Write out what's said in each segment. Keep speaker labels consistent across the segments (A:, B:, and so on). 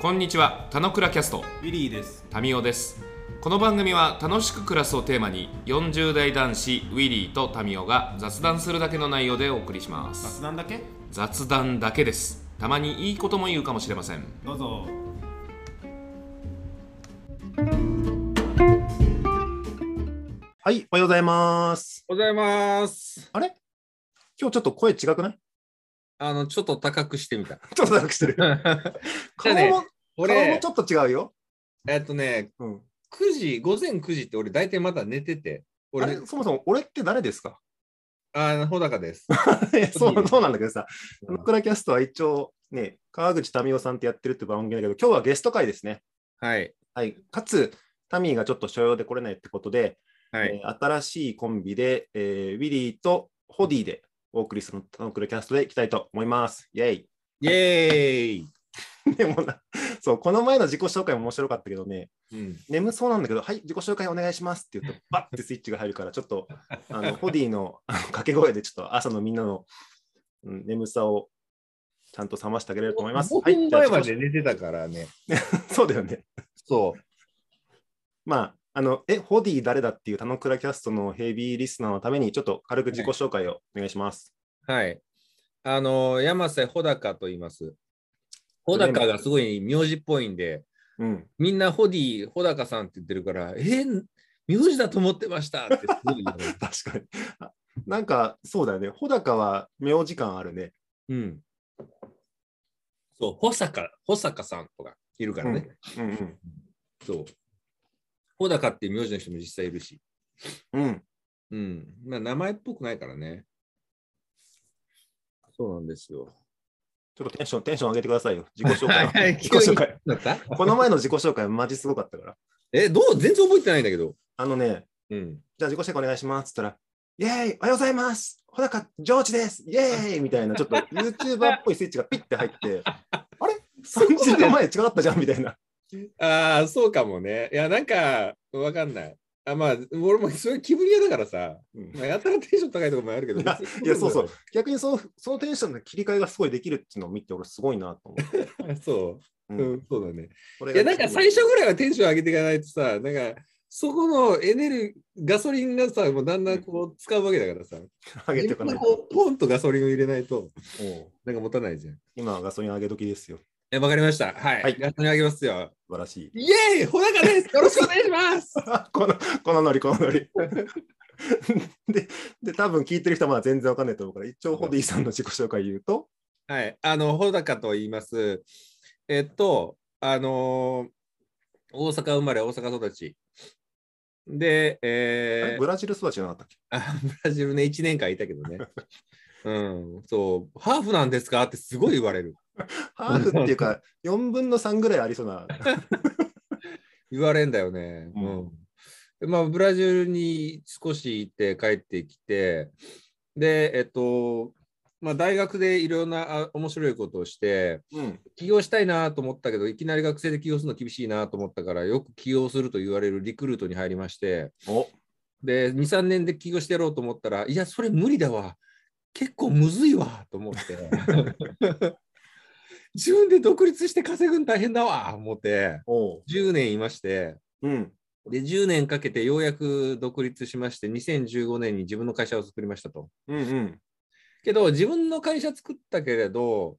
A: こんにちは、たのくらキャスト、
B: ウィリーです。
A: タミオです。この番組は楽しく暮らすをテーマに、40代男子ウィリーとタミオが雑談するだけの内容でお送りします。
B: 雑談だけ
A: 雑談だけです。たまにいいことも言うかもしれません。
B: どうぞ。
C: はい、おはようございます。
D: おはようございます。
C: あれ今日ちょっと声違くない
D: あの、ちょっと高くしてみた。
C: ちょっと長くし てる。
D: じゃ
C: 顔
D: あ
C: も、
D: ね
C: 顔も
D: 俺
C: ち、ょっと違うよ。
D: えっとね、
C: うん、
D: 9時、午前9時って俺大体まだ寝てて、
C: あ
D: 俺
C: れ、そもそも俺って誰ですか
D: あの、ほだかです。
C: いやそうそうなんだけどさ、あのクラキャストは一応ね、川口民生さんってやってるって番組だけど、今日はゲスト会ですね。
D: はい。
C: はい、かつ、タミーがちょっと所用で来れないってことで、
D: はい。
C: えー新しいコンビで、えーウィリーとホディでお送りするタノクラキャストでいきたいと思います。イェイ
D: イエーイ、
C: でもな、そう、この前の自己紹介も面白かったけどね、
D: うん、
C: 眠そうなんだけど、はい、自己紹介お願いしますって 言うと、バッてスイッチが入るから、ちょっと、あの、ホディのあの掛け声で、ちょっと朝のみんなの、うん、眠さをちゃんと覚ましてあげれると思います。は
D: 5分
C: い、じゃあ
D: 前まで寝てたからね。
C: そうだよね。
D: そう。
C: まあ、あの、え、ホディ誰だっていう、田野倉キャストのヘビーリスナーのために、ちょっと軽く自己紹介をお願いします。
D: はい。あの、山瀬ほだかと言います。ほだかがすごい名字っぽいんで、
C: うん。
D: みんなホディ、ほだかさんって言ってるから、えー、名字だと思ってましたってすごい言われる
C: 確かに。あなんか、そうだよね。穂高は名字感あるね。
D: うん。そう、保坂、保坂さんとかいるからね。
C: うんうん。
D: そう。穂高っていう名字の人も実際いるし。
C: うん。
D: うん。まあ、名前っぽくないからね。そうなんですよ。
C: ちょっとテンション、テンション上げてくださいよ。自己紹介。
D: はい
C: 自己紹介。
D: だった
C: この前の自己紹介、マジすごかったから。
D: え、どう全然覚えてないんだけど。
C: あのね、
D: うん。
C: じゃあ自己紹介お願いしますっつったら、イェーイおはようございます穂高ジョージですイェーイみたいな、ちょっと YouTuber っぽいスイッチがピッて入 って、あれ ?3 時間前違かったじゃんみたいな。
D: ああ、そうかもね。いや、なんか、わかんない。あまあ、俺もそういう気分屋だからさ、
C: うん
D: まあ、やたらテンション高いとこもあるけど。
C: いやいやそうそう。逆にそのそのテンションの切り替えがすごいできるっていうのを見て、俺すごいなと思って。
D: そう、
C: う
D: うんん、そうだね。
C: これ
D: い
C: が
D: や、なんか最初ぐらいはテンション上げていかないとさ、なんか、そこのエネルギー、ガソリンがさ、もうだんだんこう使うわけだからさ、
C: 上げていかないと。
D: こうポンとガソリンを入れないと、
C: おう
D: なんか持たないじゃん。
C: 今はガソリン上げ時ですよ。
D: え、わかりました。はい。
C: はい
D: ガソリン上げますよ。
C: 素晴らし い。
D: イエーイ穂高ですよろしくお願いします
C: この、このノリ、このノリ。 で、で、多分聞いてる人はまだ全然わかんないと思うから、一応、ホディさんの自己紹介言うと、
D: はい。あの、穂高と言います。えっと、あのー大阪生まれ、大阪育ち。で、
C: あ
D: え
C: れ
D: ー
C: ブラジル育ちじゃなかったっけ
D: あブラジルね、1年間いたけどね。うん、そう、ハーフなんですかってすごい言われる。
C: ハーフっていうか、4分の3ぐらいありそうな。
D: 言われんだよね。
C: う
D: うんん。でまあ、ブラジルに少し行って帰ってきて、で、えっと、まあ、大学でいろんなあ面白いことをして、
C: うん。
D: 起業したいなと思ったけど、いきなり学生で起業するの厳しいなと思ったから、よく起業すると言われるリクルートに入りまして、
C: お
D: で、2、3年で起業してやろうと思ったら、いや、それ無理だわ。結構むずいわと思って。自分で独立して稼ぐの大変だわ思って、
C: おう。
D: 10年いまして、
C: うん。
D: で、10年かけてようやく独立しまして、2015年に自分の会社を作りましたと。
C: うんうん。
D: けど、自分の会社作ったけれど、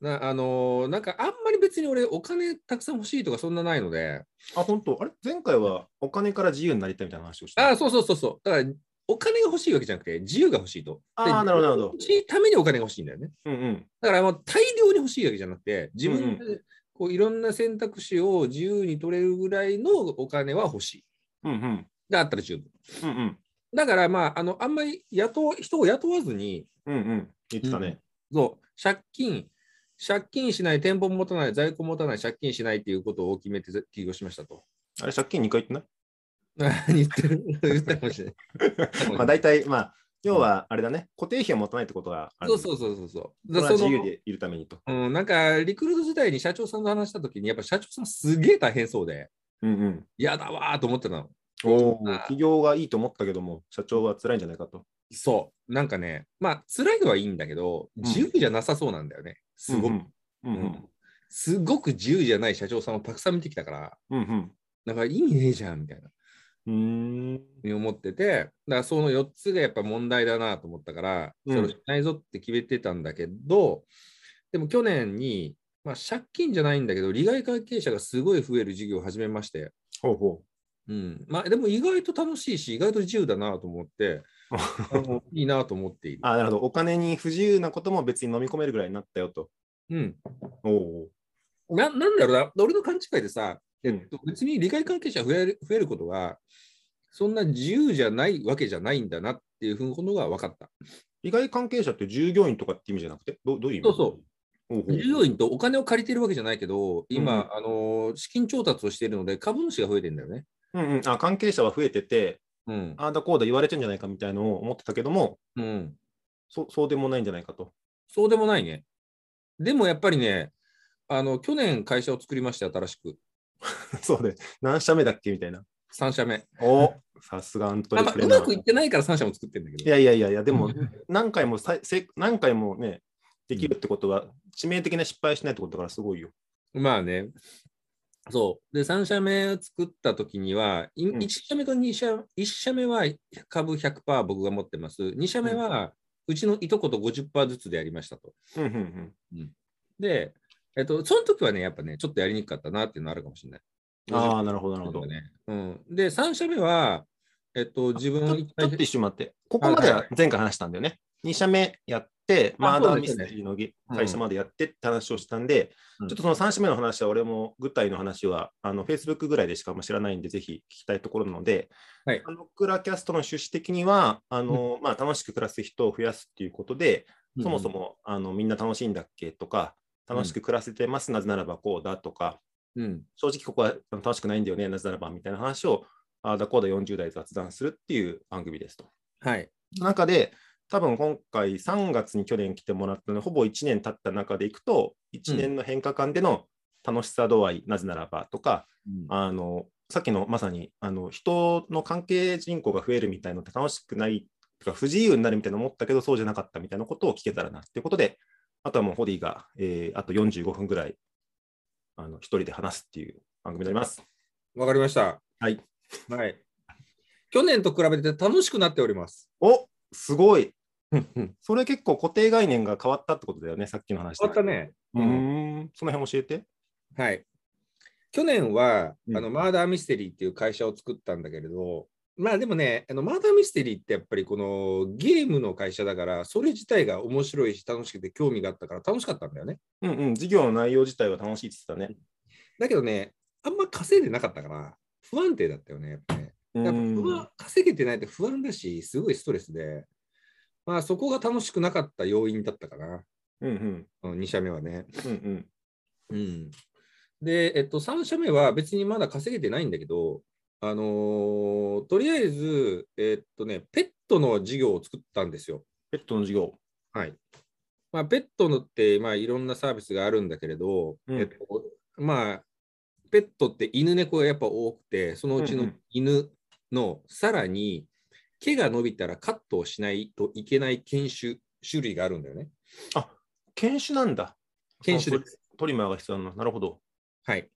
D: なあのーなんかあんまり別に俺、お金たくさん欲しいとかそんなないので、
C: あ、本当あれ前回はお金から自由になりたいみたいな話をした。
D: ああ、そうそうそうそう、だからお金が欲しいわけじゃなくて、自由が欲しいと。
C: あー
D: で
C: なるほどなるほど
D: 欲しいためにお金が欲しいんだよね。
C: うんうん。
D: だからもう大量に欲しいわけじゃなくて、自分
C: う
D: でこういろんな選択肢を自由に取れるぐらいのお金は欲しい。
C: うんうん。
D: だったら十分。
C: うんうん。
D: だから、まあ、あのあんまり雇う人を雇わずに、
C: うんうん。言ってたね。
D: そう、借金、借金しない、店舗も持たない、在庫も持たない、借金しないっていうことを決めて起業しましたと。
C: あれ、借金2回言ってない
D: 言ってる言ったかもしれない。
C: まあ、大体、まあ、要は、あれだね、固定費を持たないってことがある。。
D: そうそううそうそうそう。
C: それは自
D: その
C: 由でいるためにと。
D: うん、なんか、リクルート時代に社長さんと話したときに、やっぱ社長さんすげえ大変そうで、
C: うんうん。
D: 嫌だわーと思ってたの。
C: おお
D: あー
C: 企業がいいと思ったけども、社長は辛いんじゃないかと。
D: そう。なんかね、まあ、辛いのはいいんだけど、自由じゃなさそうなんだよね。すごく。
C: うんうん。うんう
D: う
C: ん
D: んすごく自由じゃない社長さんをたくさん見てきたから、
C: うん
D: だから意味ねえじゃんみたいな、
C: うん。うーん。
D: に思ってて、だからその4つがやっぱ問題だなと思ったから、
C: う
D: そ
C: ん
D: れをしないぞって決めてたんだけど、でも去年に、まあ、借金じゃないんだけど、利害関係者がすごい増える事業を始めまして、
C: ほうほ
D: うんまあ、でも意外と楽しいし、意外と自由だなと思っ て、あ
C: う。
D: のいいなと思っている。
C: あ、なるほど。お金に不自由なことも別に飲み込めるぐらいになったよと。
D: うん、
C: おお。
D: ななんだろうな、俺の勘違いでさ、
C: うん。
D: 別に利害関係者増える増えることは、そんな自由じゃないわけじゃないんだなっていうふうことが分かった。
C: 利害関係者って従業員とかって意味じゃなくて、どどういう意味。
D: そうそう
C: おうほう
D: 従業員とお金を借りてるわけじゃないけど、今、あのー資金調達をしているので、株主が増えてるんだよね。
C: うんうん、あ関係者は増えてて、
D: うん。
C: ああだこうだ言われてんじゃないかみたいのを思ってたけども、
D: うん、
C: そそうでもないんじゃないかと。
D: そうでもないね。でもやっぱりね、あの去年会社を作りまして、新しく。
C: そうで、何社目だっけみたいな。
D: 3社目。
C: おさすがアント
D: あ
C: レ
D: まあ
C: プレ
D: う
C: ナ
D: まくいっ
C: ー。
D: てないから3社も作ってるんだけど。
C: いやいやいやい や、でも
D: う
C: 何回もさいせ何回もね、できるってことは、致命的な失敗しないってことだからすごいよ。
D: まあね。そう。で、3社目を作った時には、い
C: うん
D: 1社目と2社、1社目は株100%僕が持ってます。2社目は、うちのいとこと50%ずつでやりましたと。
C: うんうんうん
D: で、えっと、その時はね、やっぱね、ちょっとやりにくかったなっていうのはあるかもしれない。
C: ああ、なるほど、なるほど。
D: 50%
C: ち
D: ねうん、で、3社目は、えっと、自分
C: ょちょっと一瞬待って、ここまでは前回話したんだよね。2社目やって、
D: あ
C: マー
D: そう
C: ダー
D: で
C: ミ
D: す
C: ス
D: ね
C: テリーのぎ
D: うん
C: 会社までやってって話をしたんで、
D: うん
C: ちょっとその3社目の話は、俺も具体の話は、あの Facebook ぐらいでしかも知らないんで、ぜひ聞きたいところなので、
D: はい
C: あのクラキャストの趣旨的にはあの、まあ、楽しく暮らす人を増やすっていうことで、そもそ、もあのみんな楽しいんだっけとか、
D: うん
C: 楽しく暮らせてます、なぜならばこうだとか、
D: うんうん
C: 正直ここはあの楽しくないんだよね、なぜならばみたいな話を、あーだこうだ40代雑談するっていう番組ですと。
D: はい。
C: その中で、多分今回3月に去年来てもらったので、ほぼ1年経った中でいくと、1年の変化間での楽しさ度合い、なぜならばとか、
D: うん
C: あのさっきのまさにあの人の関係人口が増えるみたいのって楽しくないとか不自由になるみたいなの思ったけどそうじゃなかったみたいなことを聞けたらなっていうことであとはもうホディが、えーあと45分ぐらいあの一人で話すっていう番組になります。
D: わかりました。
C: はい。
D: はい。去年と比べて楽しくなっております。
C: おすごい
D: うんうん
C: それ結構固定概念が変わったってことだよねさっきの話
D: 終わった
C: ね。
D: ね。
C: うーんその辺教えて。
D: はい。去年は、
C: うん
D: あのマーダーミステリーっていう会社を作ったんだけれど、まあでもね、あのマーダーミステリーってやっぱりこのゲームの会社だから、それ自体が面白いし楽しくて興味があったから楽しかったんだよね。
C: うんうん授業の内容自体は楽しいって言ってたね。
D: だけどね、あんま稼いでなかったから、不安定だったよね、やっぱね。
C: う
D: やっぱ
C: ん
D: 不安稼げてないと不安だし、すごいストレスで、まあそこが楽しくなかった要因だったかな、
C: うんうん
D: 2社目はね。
C: うんうん
D: うん、で、えっと、3社目は別にまだ稼げてないんだけど、あのーとりあえず、えっとね、ペットの事業を作ったんですよ。
C: ペットの授業。
D: はいまあ、ペットのって、まあ、いろんなサービスがあるんだけれど、
C: うん
D: えっとまあ、ペットって犬猫がやっぱ多くて、そのうち
C: うん
D: の
C: うん
D: 犬のさらに毛が伸びたらカットをしないといけない犬種、種類があるんだよね。
C: 研修なんだ。
D: 犬種です。
C: トリマーが必要なの。なるほど。
D: はい。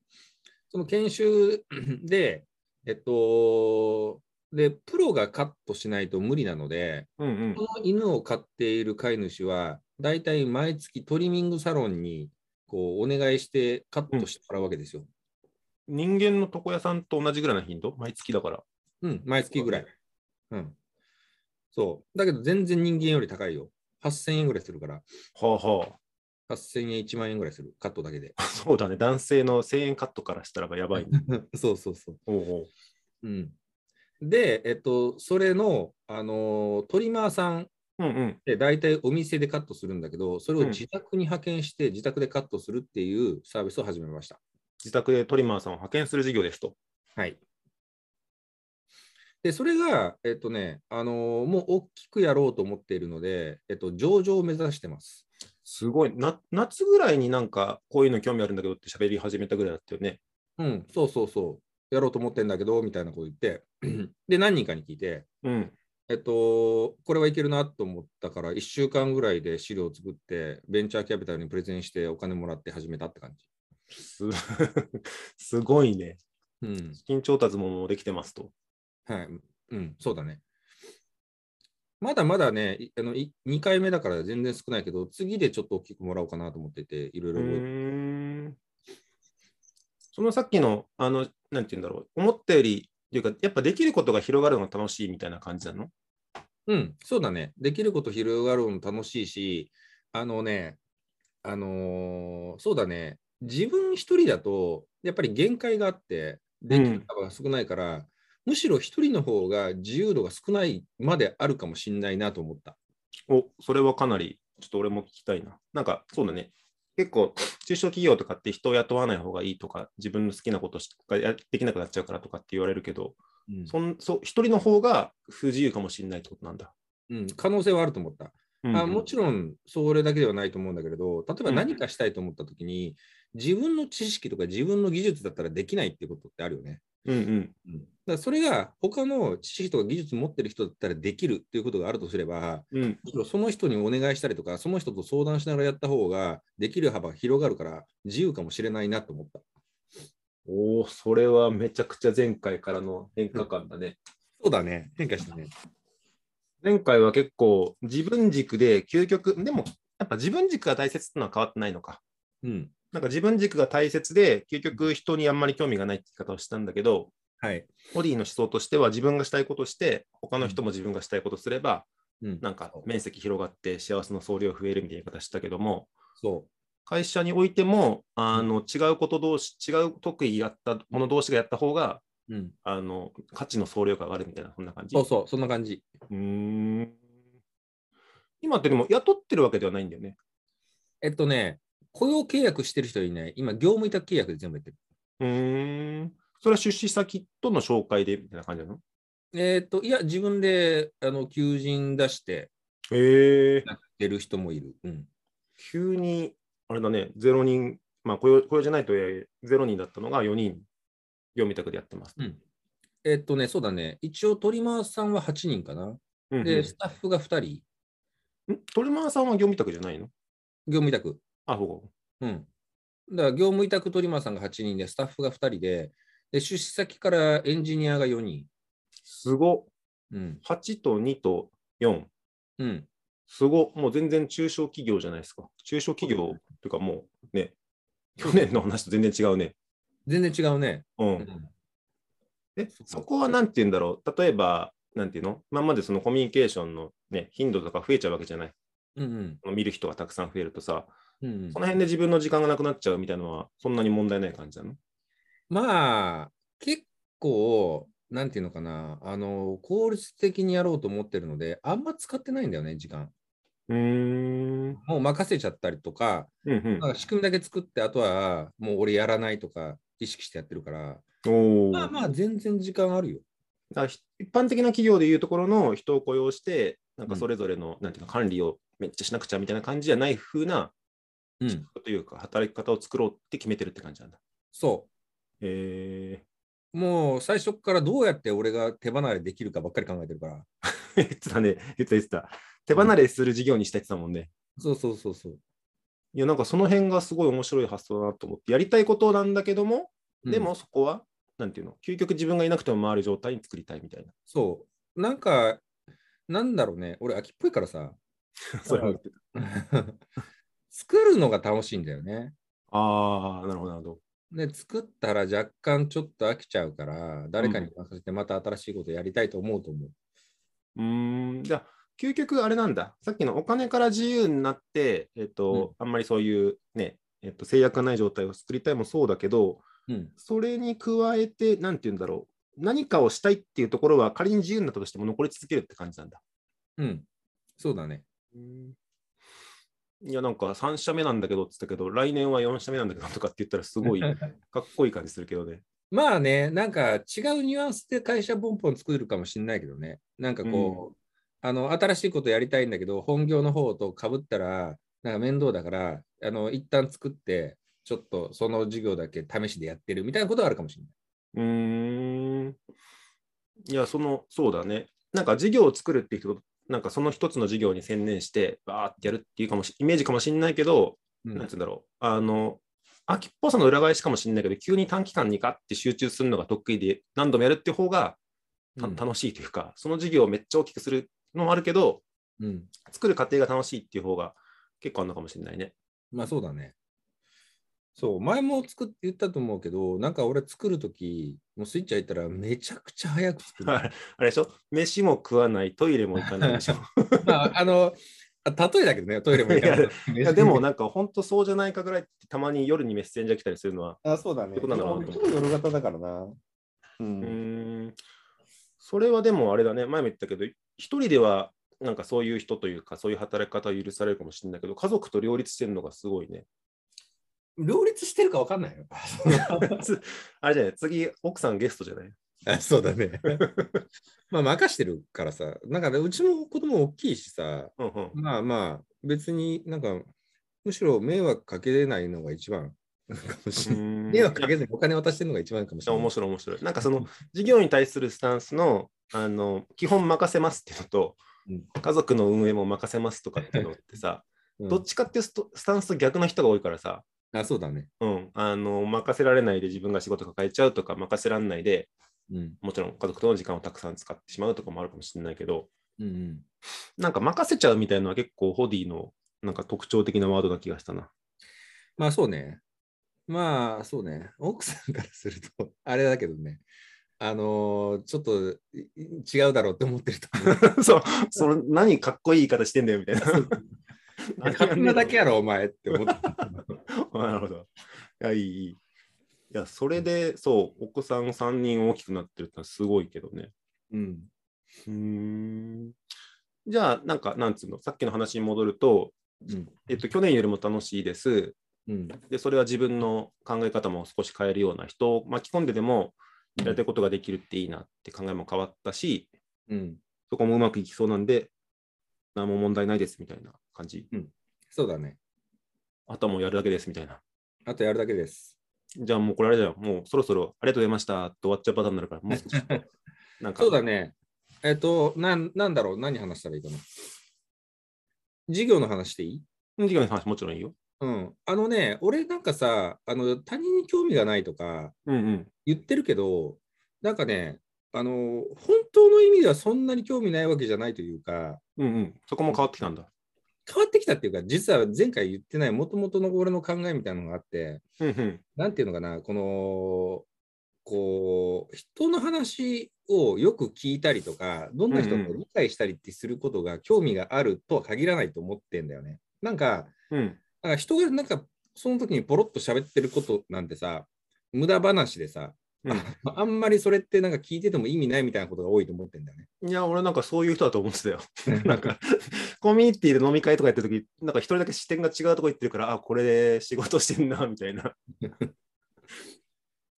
D: その研修 で、えっと、で、プロがカットしないと無理なので、
C: うんうん
D: こ。の犬を飼っている飼い主は、だいたい毎月トリミングサロンにこうお願いしてカットしてもらうわけですよ。
C: 人間の床屋さんと同じぐらいの頻度毎月だから。
D: うん、毎月ぐらい。うん。そう。だけど全然人間より高いよ。8000円ぐらいするから、
C: はあは
D: 8000円、1万円ぐらいする、カットだけで。
C: あ。そうだね。男性の1000円カットからしたらばやばいね。
D: そうそうそう。
C: おうおう
D: うん、で、えっと、それの、あのートリマーさんっ
C: うんうん。
D: て大体お店でカットするんだけど、それを自宅に派遣して、自宅でカットするっていうサービスを始めました。
C: 自宅でトリマーさんを派遣する事業ですと。
D: はい。で、それが、えっとね、あのーもう大きくやろうと思っているので、えっと、上場を目指してます。
C: すごい。な夏ぐらいになんかこういうの興味あるんだけどって喋り始めたぐらいだったよね。
D: うん、そうそうそう、やろうと思ってるんだけど、みたいなこと言って、 で、何人かに聞いて、
C: うん。
D: えっと、これはいけるなと思ったから、1週間ぐらいで資料を作って、ベンチャーキャピタルにプレゼンして、お金もらって始めたって感じ。
C: す すごいね。
D: うん。
C: 資金調達ももうできてますと。
D: はい。うん、そうだね。まだまだね、いあのい2回目だから全然少ないけど、次でちょっと大きくもらおうかなと思ってて、いろいろ覚
C: う
D: えて
C: ーんそのさっきの、あの、なんて言うんだろう、思ったより、というか、やっぱできることが広がるのが楽しいみたいな感じなの
D: うん、そうだね。できること広がるのも楽しいし、あのね、あのーそうだね、自分一人だと、やっぱり限界があって、できる幅が少ないから、むしろ一人の方が自由度が少ないまであるかもしれないなと思った。
C: お、それはかなり、ちょっと俺も聞きたいな。なんか、そうだね。結構、中小企業とかって人を雇わない方がいいとか、自分の好きなことしかやできなくなっちゃうからとかって言われるけど、
D: うん
C: そんそう一人の方が不自由かもしれないってことなんだ。
D: うん可能性はあると思った。
C: うん
D: あもちろん、それだけではないと思うんだけれど、例えば何かしたいと思ったときに、自分の知識とか自分の技術だったらできないってことってあるよね。
C: うんうん。
D: だからそれが他の知識とか技術持ってる人だったらできるということがあるとすれば、
C: うん、
D: むしろその人にお願いしたりとか、その人と相談しながらやった方が、できる幅が広がるから、自由かもしれないなと思った。
C: おお、それはめちゃくちゃ前回からの変化感だね。
D: そうだね、変化したね。
C: 前回は結構自分軸で究極、でもやっぱ自分軸が大切ってのは変わってないのか。
D: うん。
C: なんか自分軸が大切で、究極人にあんまり興味がないって言い方をしたんだけど、
D: はい。
C: オリーの思想としては自分がしたいことして、他の人も自分がしたいことすれば、
D: うん、
C: なんか面積広がって幸せの総量増えるみたいな言い方したけども、
D: そ
C: 会社においてもあの違うこと同士、違う特技やったもの同士がやった方が、
D: う。うん、
C: あの価値の総量が上がるみたいな、そんな感じ。
D: そうそう、そんな感じ。
C: うーん今ってでも雇ってるわけではないんだよね。
D: えっとね、雇用契約してる人いない。今、業務委託契約で全部やってる。
C: うーん。それは出資先との紹介でみたいな感じなの
D: えっと、いや、自分であの求人出して
C: へえ。
D: 出る人もいる。うん。
C: 急に、あれだね、0人、まあ雇用雇用じゃないとはいえ0人だったのが4人、業務委託でやってます。
D: うんえっとね、そうだね。一応、トリマーさんは8人かな。
C: うんうん
D: で、スタッフが2人、
C: んトルマーさんは業務委託じゃないの
D: 業務委託。
C: あ、ほう。
D: うん。だから、業務委託トリマーさんが8人で、スタッフが2人で、で出資先からエンジニアが4人。
C: すご。
D: うん。
C: 8と2と4。
D: うん。
C: すご。もう全然中小企業じゃないですか。中小企業というかもうね、去年の話と全然違うね。
D: 全然違うね。
C: うん
D: う。ん。
C: え
D: そう
C: そこはなんて言うんだろう、例えば、なんていうの、今までそのコミュニケーションの、ね、頻度とか増えちゃうわけじゃない。
D: うん。
C: 見る人がたくさん増えるとさ、
D: うんうん
C: その辺で自分の時間がなくなっちゃうみたいなのは、そんなに問題ない感じなの
D: まあ、結構、なんていうのかな、あの、効率的にやろうと思ってるので、あんま使ってないんだよね、時間。
C: うーん。
D: もう任せちゃったりとか、
C: うんうん
D: まあ、仕組みだけ作って、あとはもう俺やらないとか意識してやってるから、
C: おー
D: まあまあ全然時間あるよ。
C: だからひ一般的な企業でいうところの人を雇用して、なんかそれぞれの、なんていうの管理をめっちゃしなくちゃみたいな感じじゃない風な、
D: うん、
C: というか、働き方を作ろうって決めてるって感じなんだ。
D: そ
C: え
D: う。もう最初からどうやって俺が手離れできるかばっかり考えてるから。
C: ー、 言ってたね、言ってた言ってた。手離れする事業にしたいって言ってたもんね。
D: そうそうそうそう。
C: いや、なんかその辺がすごい面白い発想だなと思って、やりたいことなんだけども、
D: うん
C: でもそこは、なんていうの、究極自分がいなくても回る状態に作りたいみたいな。
D: そう。なんか、なんだろうね。俺秋っぽいからさ。
C: それは言ってた
D: 作るのが楽しいんだよね。
C: ああ、なるほど、なるほど。
D: で、作ったら若干ちょっと飽きちゃうから、誰かに任せてまた新しいことやりたいと思うと思う。
C: うーん、じゃあ、究極あれなんだ。さっきのお金から自由になって、えっと、あんまりそういうね、えっと、制約がない状態を作りたいもそうだけど、
D: うん。
C: それに加えて、なんていうんだろう。何かをしたいっていうところは仮に自由になったとしても残り続けるって感じなんだ。
D: うん。そうだね。
C: いや、なんか3社目なんだけどって言ったけど、来年は4社目なんだけどとかって言ったら、すごいかっこいい感じするけどね。
D: まあね、なんか違うニュアンスで会社ポンポン作るかもしれないけどね、なんかこう、あの新しいことやりたいんだけど、本業の方とかぶったら、なんか面倒だから、あの一旦作って、ちょっとその授業だけ試しでやってるみたいなことはあるかもしれない。
C: うーん。いや、その、そうだね。なんか事業を作るって人と、なんかその一つの事業に専念して、バーってやるっていうかもしイメージかもしれないけど、
D: うん
C: なんつうんだろう。あの、秋っぽさの裏返しかもしれないけど、急に短期間にガッて集中するのが得意で、何度もやるっていう方がた
D: うん
C: 楽しいというか、その授業をめっちゃ大きくするのもあるけど、
D: うん。
C: 作る過程が楽しいっていう方が結構あるのかもしれないね。
D: まあそうだね。そう、前も作っ言ったと思うけど、なんか俺作るとき、もうスイッチ入ったらめちゃくちゃ早く作 る。
C: あれでしょ飯も食わない、トイレも行かない でしょ。
D: まあ、あの、あ例えだけどね、トイレも行かない
C: いやでも、なんか本当そうじゃないかぐらいってたまに夜にメッセンジャー来たりするのは、
B: あ、そうだね。
C: そうなの
B: 俺ちょっと夜型だからな。う。
C: うんーんそれはでもあれだね、前も言ったけど、一人ではなんかそういう人というか、そういう働き方は許されるかもしれないけど、家族と両立してるのがすごい ね。
D: 両立してるか分かんないよ。
C: つあれじゃない、次、奥さんゲストじゃない
D: あそうだね。まあ任してるからさ、なんかね、うちも子供大きいしさ、
C: うんうん。
D: まあまあ、別になんか、むしろ迷惑かけれないのが一番かもしれない。 迷惑かけずにお金渡してるのが一番かもしれない。
C: 面白い面白い。なんかその事業に対するスタンスのあの基本任せますっていうのと、
D: う
C: 家族の運営も任せますとかっていうのってさ、
D: うん
C: どっちかっていうストスタンスと逆の人が多いからさ、
D: あ、そうだね。
C: うん、あの任せられないで自分が仕事抱えちゃうとか、任せられないで
D: うん。
C: もちろん家族との時間をたくさん使ってしまうとかもあるかもしれないけど、
D: うんうん、
C: なんか任せちゃうみたいなのは結構ホディのなんか特徴的なワードな気がしたな。
D: まあそうね。まあそうね。奥さんからすると、あれだけどね。あのーちょっといい違うだろうって思ってると思う。
C: そう、その何かっこいい言い方してんだよみたい な。
D: 勝手なだけやろ、お前って思ってる。
C: なるほど。いや、いい、いい。いや、それで、そう、お子さん3人大きくなってるってのはすごいけどね。
D: うん。
C: うん。じゃあ、なんか、なんつうの、さっきの話に戻ると、
D: うん。
C: えっと、去年よりも楽しいです。
D: うん。
C: で、それは自分の考え方も少し変えるような人を巻き込んででも、やりたいことができるっていいなって考えも変わったし、
D: うん。
C: そこもうまくいきそうなんで、何も問題ないですみたいな感じ。
D: そうだね。
C: あとはもうやるだけですみたいな。
D: あとやるだけです。
C: じゃあもうこれあれだよ。もうそろそろありがとうございましたって終わっちゃうパターンになるから、もう少し なんか。
D: そうだね。えっ、となん、なんだろう、何話したらいいかな。授業の話でいい
C: うん。授業の話もちろんいいよ。
D: うん。あのね、俺なんかさ、あの他人に興味がないとか、
C: うんうん。
D: 言ってるけど、なんかね、あの本当の意味ではそんなに興味ないわけじゃないというか、
C: うんうん。そこも変わってきたんだ。
D: 変わってきたっていうか、実は前回言ってない、もともとの俺の考えみたいなのがあって、
C: うんうん。
D: なんていうのかな、この、こう、人の話をよく聞いたりとか、どんな人も理解したりってすることが興味があるとは限らないと思ってんだよね。なんか、
C: うん。
D: なんか人がなんか、その時にポロッと喋ってることなんてさ、無駄話でさ、
C: う
D: まああんまりそれってなんか聞いてても意味ないみたいなことが多いと思ってんだよね。
C: ん、いや、俺なんかそういう人だと思ってたよ。 なんか、コミュニティで飲み会とかやってる時なんか一人だけ視点が違うとこ行ってるから、あ、これで仕事してんな、みたいな。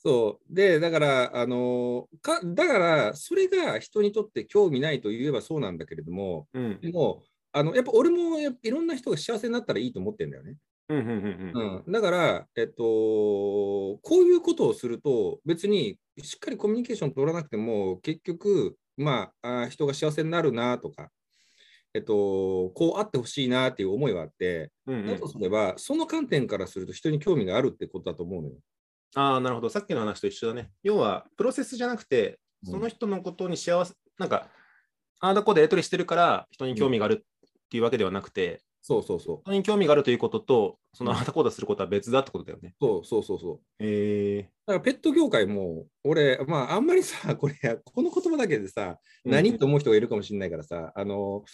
D: そう。で、だから、あのか、だから、それが人にとって興味ないと言えばそうなんだけれども、
C: うん。
D: でも、あのやっぱ俺もやっぱいろんな人が幸せになったらいいと思ってんだよね。
C: うんうんうんうん。
D: うん、だから、えっと、こういうことをすると、別にしっかりコミュニケーション取らなくても、結局、まあ、あー人が幸せになるなとか、えっと、こうあってほしいなっていう思いはあって、
C: うんう
D: だ
C: ん
D: と、すれば、その観点からすると人に興味があるってことだと思うのよ。
C: ああ、なるほど。さっきの話と一緒だね。要は、プロセスじゃなくて、
D: うん
C: その人のことに幸せ、なんか、ああだこうでやり取りしてるから、人に興味があるっていうわけではなくて、
D: そうそうそう。
C: 人に興味があるということと、その
D: う
C: あ
D: ん
C: あだこうだすることは別だってことだよね。
D: そうそうそうそう。
C: え
D: だからペット業界も、俺、まあ、あんまりさ、これ、この言葉だけでさ、
C: うん
D: 何って思う人がいるかもしれないからさ、あの、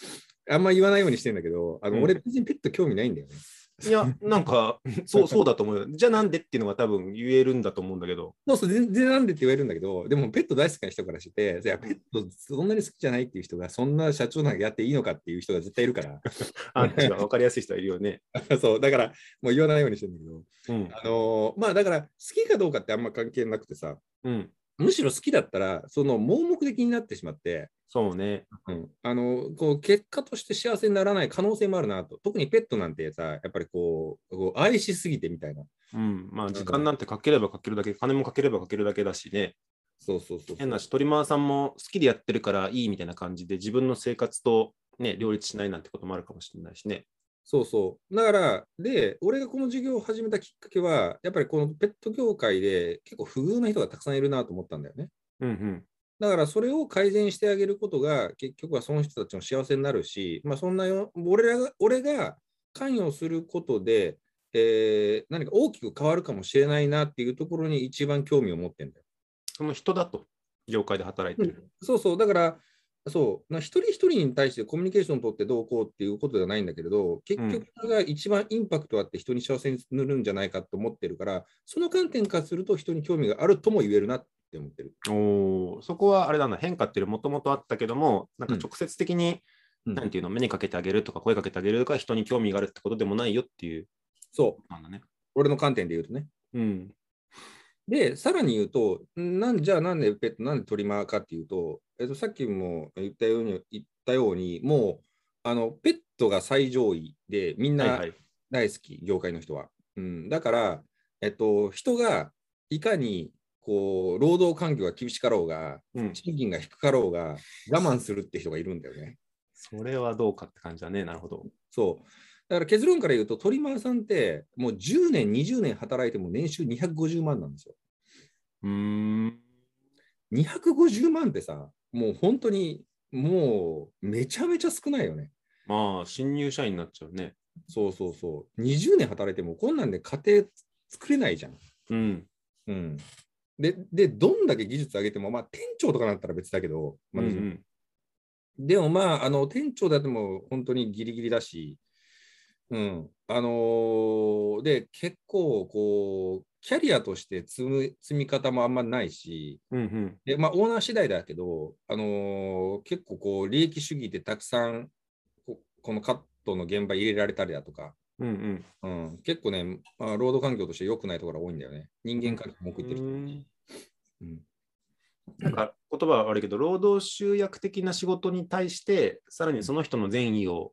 D: あんま言わないようにしてんだけど、あの
C: うん
D: 俺、別にペット興味ないんだよね。
C: いや、なんか、 そう、そうだと思うよ。じゃあなんでっていうのが多分言えるんだと思うんだけど。
D: そうそう、全然なんでって言われるんだけど、でもペット大好きな人からして、いや、ペットそんなに好きじゃないっていう人が、そんな社長なんかやっていいのかっていう人が絶対いるから、
C: あ、違う、わかりやすい人はいるよね。
D: そう、だから、もう言わないようにしてんだけど、
C: うん。
D: あのまあ、だから、好きかどうかってあんま関係なくてさ、
C: うん。
D: むしろ好きだったら、その盲目的になってしまって、
C: そうね。
D: あのこう結果として幸せにならない可能性もあるなと、特にペットなんてさ、やっぱりこう、こう愛しすぎてみたいな、
C: うん。まあ、時間なんてかければかけるだけ、金もかければかけるだけだしね。
D: そうそうそうそう、
C: 変なし、鳥マさんも好きでやってるからいいみたいな感じで、自分の生活と、ね、両立しないなんてこともあるかもしれないしね。
D: そうそう。だから、で、俺がこの授業を始めたきっかけは、やっぱりこのペット業界で結構不遇な人がたくさんいるなと思ったんだよね。
C: うんうん
D: だからそれを改善してあげることが結局はその人たちの幸せになるし、まあ、そんなよ俺らが俺が関与することで、えー何か大きく変わるかもしれないなっていうところに一番興味を持ってるんだよ。
C: その人だと、業界で働いてる。
D: そうそう、だから、そう、な一人一人に対してコミュニケーションを取ってどうこうっていうことじゃないんだけれど、結局それが一番インパクトあって人に幸せにするんじゃないかと思ってるから、その観点からすると人に興味があるとも言えるなって思ってる。
C: おーそこはあれだな、変化っていうもともとあったけども、なんか直接的に、
D: うん
C: なんていうの、目にかけてあげるとか、声かけてあげるとか、人に興味があるってことでもないよっていう、
D: そう、
C: なんだね。
D: 俺の観点で言うとね。
C: うん。
D: で、さらに言うと、なんじゃあなんでペット、なんでトリマーかっていうと、えっと、さっきも言ったように、言ったようにもうあのペットが最上位で、みん
C: はい
D: な
C: はい。
D: 大好き、業界の人は。うん、だから、えっと、人がいかにこう労働環境が厳しかろうが、
C: うん、
D: 賃金が低かろうが、我慢するって人がいるんだよね。
C: それはどうかって感じだね、なるほど。
D: そうだから結論から言うと、トリマーさんって、もう10年、20年働いても年収250万なんですよ。
C: うーん。
D: 250万ってさ、もう本当に、もうめちゃめちゃ少ないよね。
C: まあ、新入社員になっちゃうね。
D: そうそうそう。20年働いても、こんなんで家庭作れないじゃん。
C: うん。
D: うん。で、でどんだけ技術上げても、まあ、店長とかなったら別だけど、まあ
C: うんうん
D: でもまあ、あの店長だってもう本当にギリギリだし、うん。あのーで、結構、こう、キャリアとして積む積み方もあんまないし、
C: うんうん
D: で、まあ、オーナー次第だけど、あのー結構こう、利益主義でたくさんこ、このカットの現場入れられたりだとか、
C: うんうん
D: うん、結構ね、まあ、労働環境として良くないところが多いんだよね。人間関係も文句言ってる人もいるし。うん
C: なんか言葉は悪いけど、労働集約的な仕事に対して、さらにその人の善意を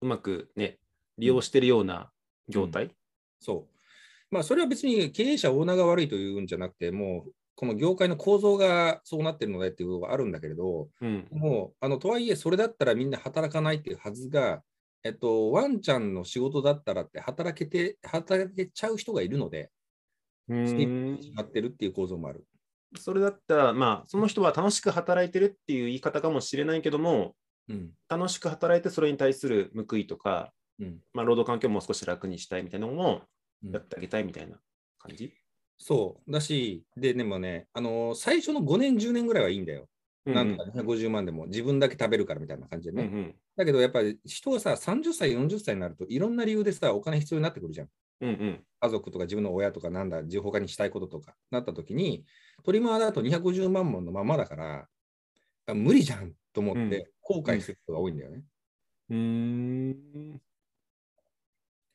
C: うまくね、利用してるような業態。
D: そう。まあ、それは別に経営者、オーナーが悪いというんじゃなくて、もう、この業界の構造がそうなってるのでっていうことがあるんだけれど、
C: うん。
D: もう、あのとはいえ、それだったらみんな働かないっていうはずが、えっと、ワンちゃんの仕事だったらって働けて、働けちゃう人がいるので、
C: う
D: ステッ
C: ん
D: プしまってるっていう構造もある。
C: それだったら、まあ、その人は楽しく働いてるっていう言い方かもしれないけども、
D: うん。
C: 楽しく働いてそれに対する報いとか、
D: うん。
C: まあ、労働環境をもう少し楽にしたいみたいなのも
D: うん
C: やってあげたいみたいな感じ。
D: そう。だし、で、でもね、あの最初の5年、10年ぐらいはいいんだよ。なんと
C: か
D: か250万でも自分だけ食べるからみたいな感じで
C: うんう
D: ね。
C: ん
D: だけどやっぱり人がさ、30歳、40歳になるといろんな理由でさ、お金必要になってくるじゃん。
C: うんうん
D: 家族とか自分の親とかなんだ、自分他にしたいこととかなった時に、トリマーだと250万ものままだから、あ無理じゃんと思って後悔する人が多いんだよね。
C: うーん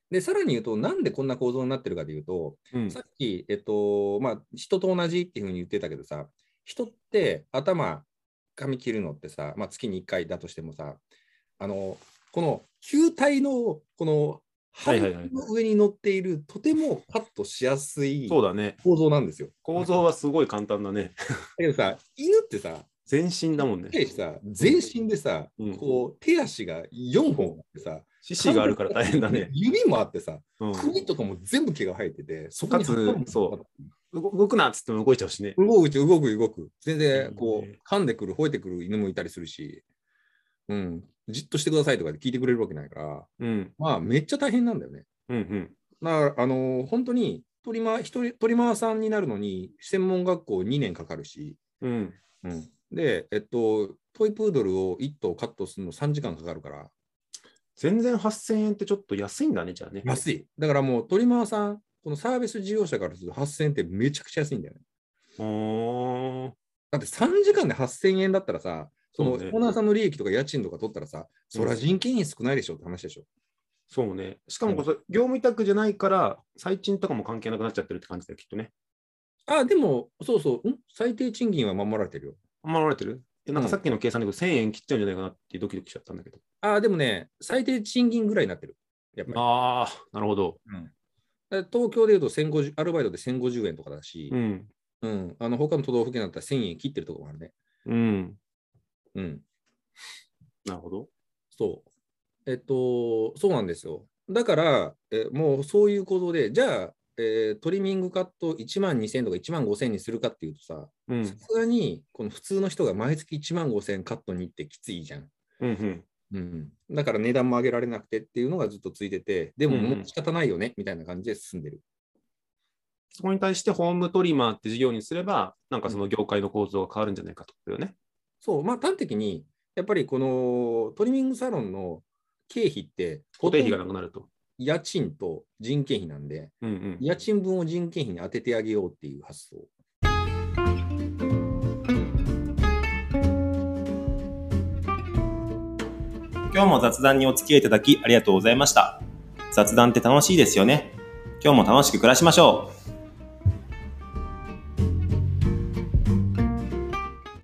D: で、さらに言うと、なんでこんな構造になってるかでいうと、
C: うん
D: さっき、えっと、まあ、人と同じっていうふうに言ってたけどさ、人って頭、髪切るのってさ、まあ、月に1回だとしてもさ、あの、この球体の、この、
C: は
D: 針
C: いはいはい
D: の上に乗っている、とてもカットしやすい
C: そうだね。
D: 構造なんですよ。
C: 構造はすごい簡単だ
D: だ
C: ね。
D: けどさ、犬ってさ、
C: 全身だもんね。
D: 手さ、全身でさ、
C: うん
D: こう、手足が4本あってさ、
C: 獅子があるから大変だね。
D: 指もあってさ、
C: うん
D: 首とかも全部毛が生えてて、そ
C: かつ
D: 葉っぱも
C: そう動動くなっつっても動いちゃうしね。
D: 動く動く動く。全然こ
C: うん
D: う噛んでくる、吠えてくる犬もいたりするし、うん、じっとしてくださいとかで聞いてくれるわけないから、
C: うん
D: まあめっちゃ大変なんだよね。
C: うんうん
D: だから、あのー本当にトリマー一人トリマーさんになるのに専門学校2年かかるし、
C: うん。
D: うん、で、えっと、トイプードルを1頭カットするの3時間かかるから、
C: 全然8000円ってちょっと安いんだね、じゃあね。
D: 安い。だからもうトリマーさん、このサービス事業者からすると8000円ってめちゃくちゃ安いんだよね。
C: おー
D: だって3時間で8000円だったらさ、その
C: そ
D: オ
C: うね
D: ーナーさんの利益とか家賃とか取ったらさ、そりゃ人件費少ないでしょって話でしょ。
C: そうね。しかもこれ、業務委託じゃないから、最賃とかも関係なくなっちゃってるって感じだよ、きっとね。
D: あ、でも、そうそう、ん最低賃金は守られてるよ。
C: 守られてるいやなんかさっきの計算で1000円切っちゃうんじゃないかなってドキドキしちゃったんだけど。
D: あ、でもね、最低賃金ぐらいになってる。やっぱり。
C: ああ、なるほど。
D: だから東京でいうと1050、アルバイトで1050円とかだし、
C: う
D: うん
C: ん。
D: あの他の都道府県だったら1000円切ってるとこもあるね。
C: うん。
D: うん、
C: なるほど。
D: そう。えっと、そうなんですよ。だから、えもうそういうことで、じゃあ、えートリミングカット1万2000とか1万5000にするかっていうとさ、
C: うん
D: さすがにこの普通の人が毎月1万5000カットにってきついじゃん。
C: うんうん
D: うん、だから値段も上げられなくてっていうのがずっとついてて、でも
C: うんうん
D: もう仕方ないよね、みたいな感じで進んでる。
C: そこに対してホームトリマーって事業にすれば、なんかその業界の構造が変わるんじゃないかというね。
D: そう、まあ端的に、やっぱりこのトリミングサロンの経費って、
C: 固定費がなくなると。
D: 家賃と人件費なんで、
C: うんうん、
D: 家賃分を人件費に当ててあげようっていう発想。
E: 今日も雑談にお付き合いいただきありがとうございました。雑談って楽しいですよね。今日も楽しく暮らしましょう。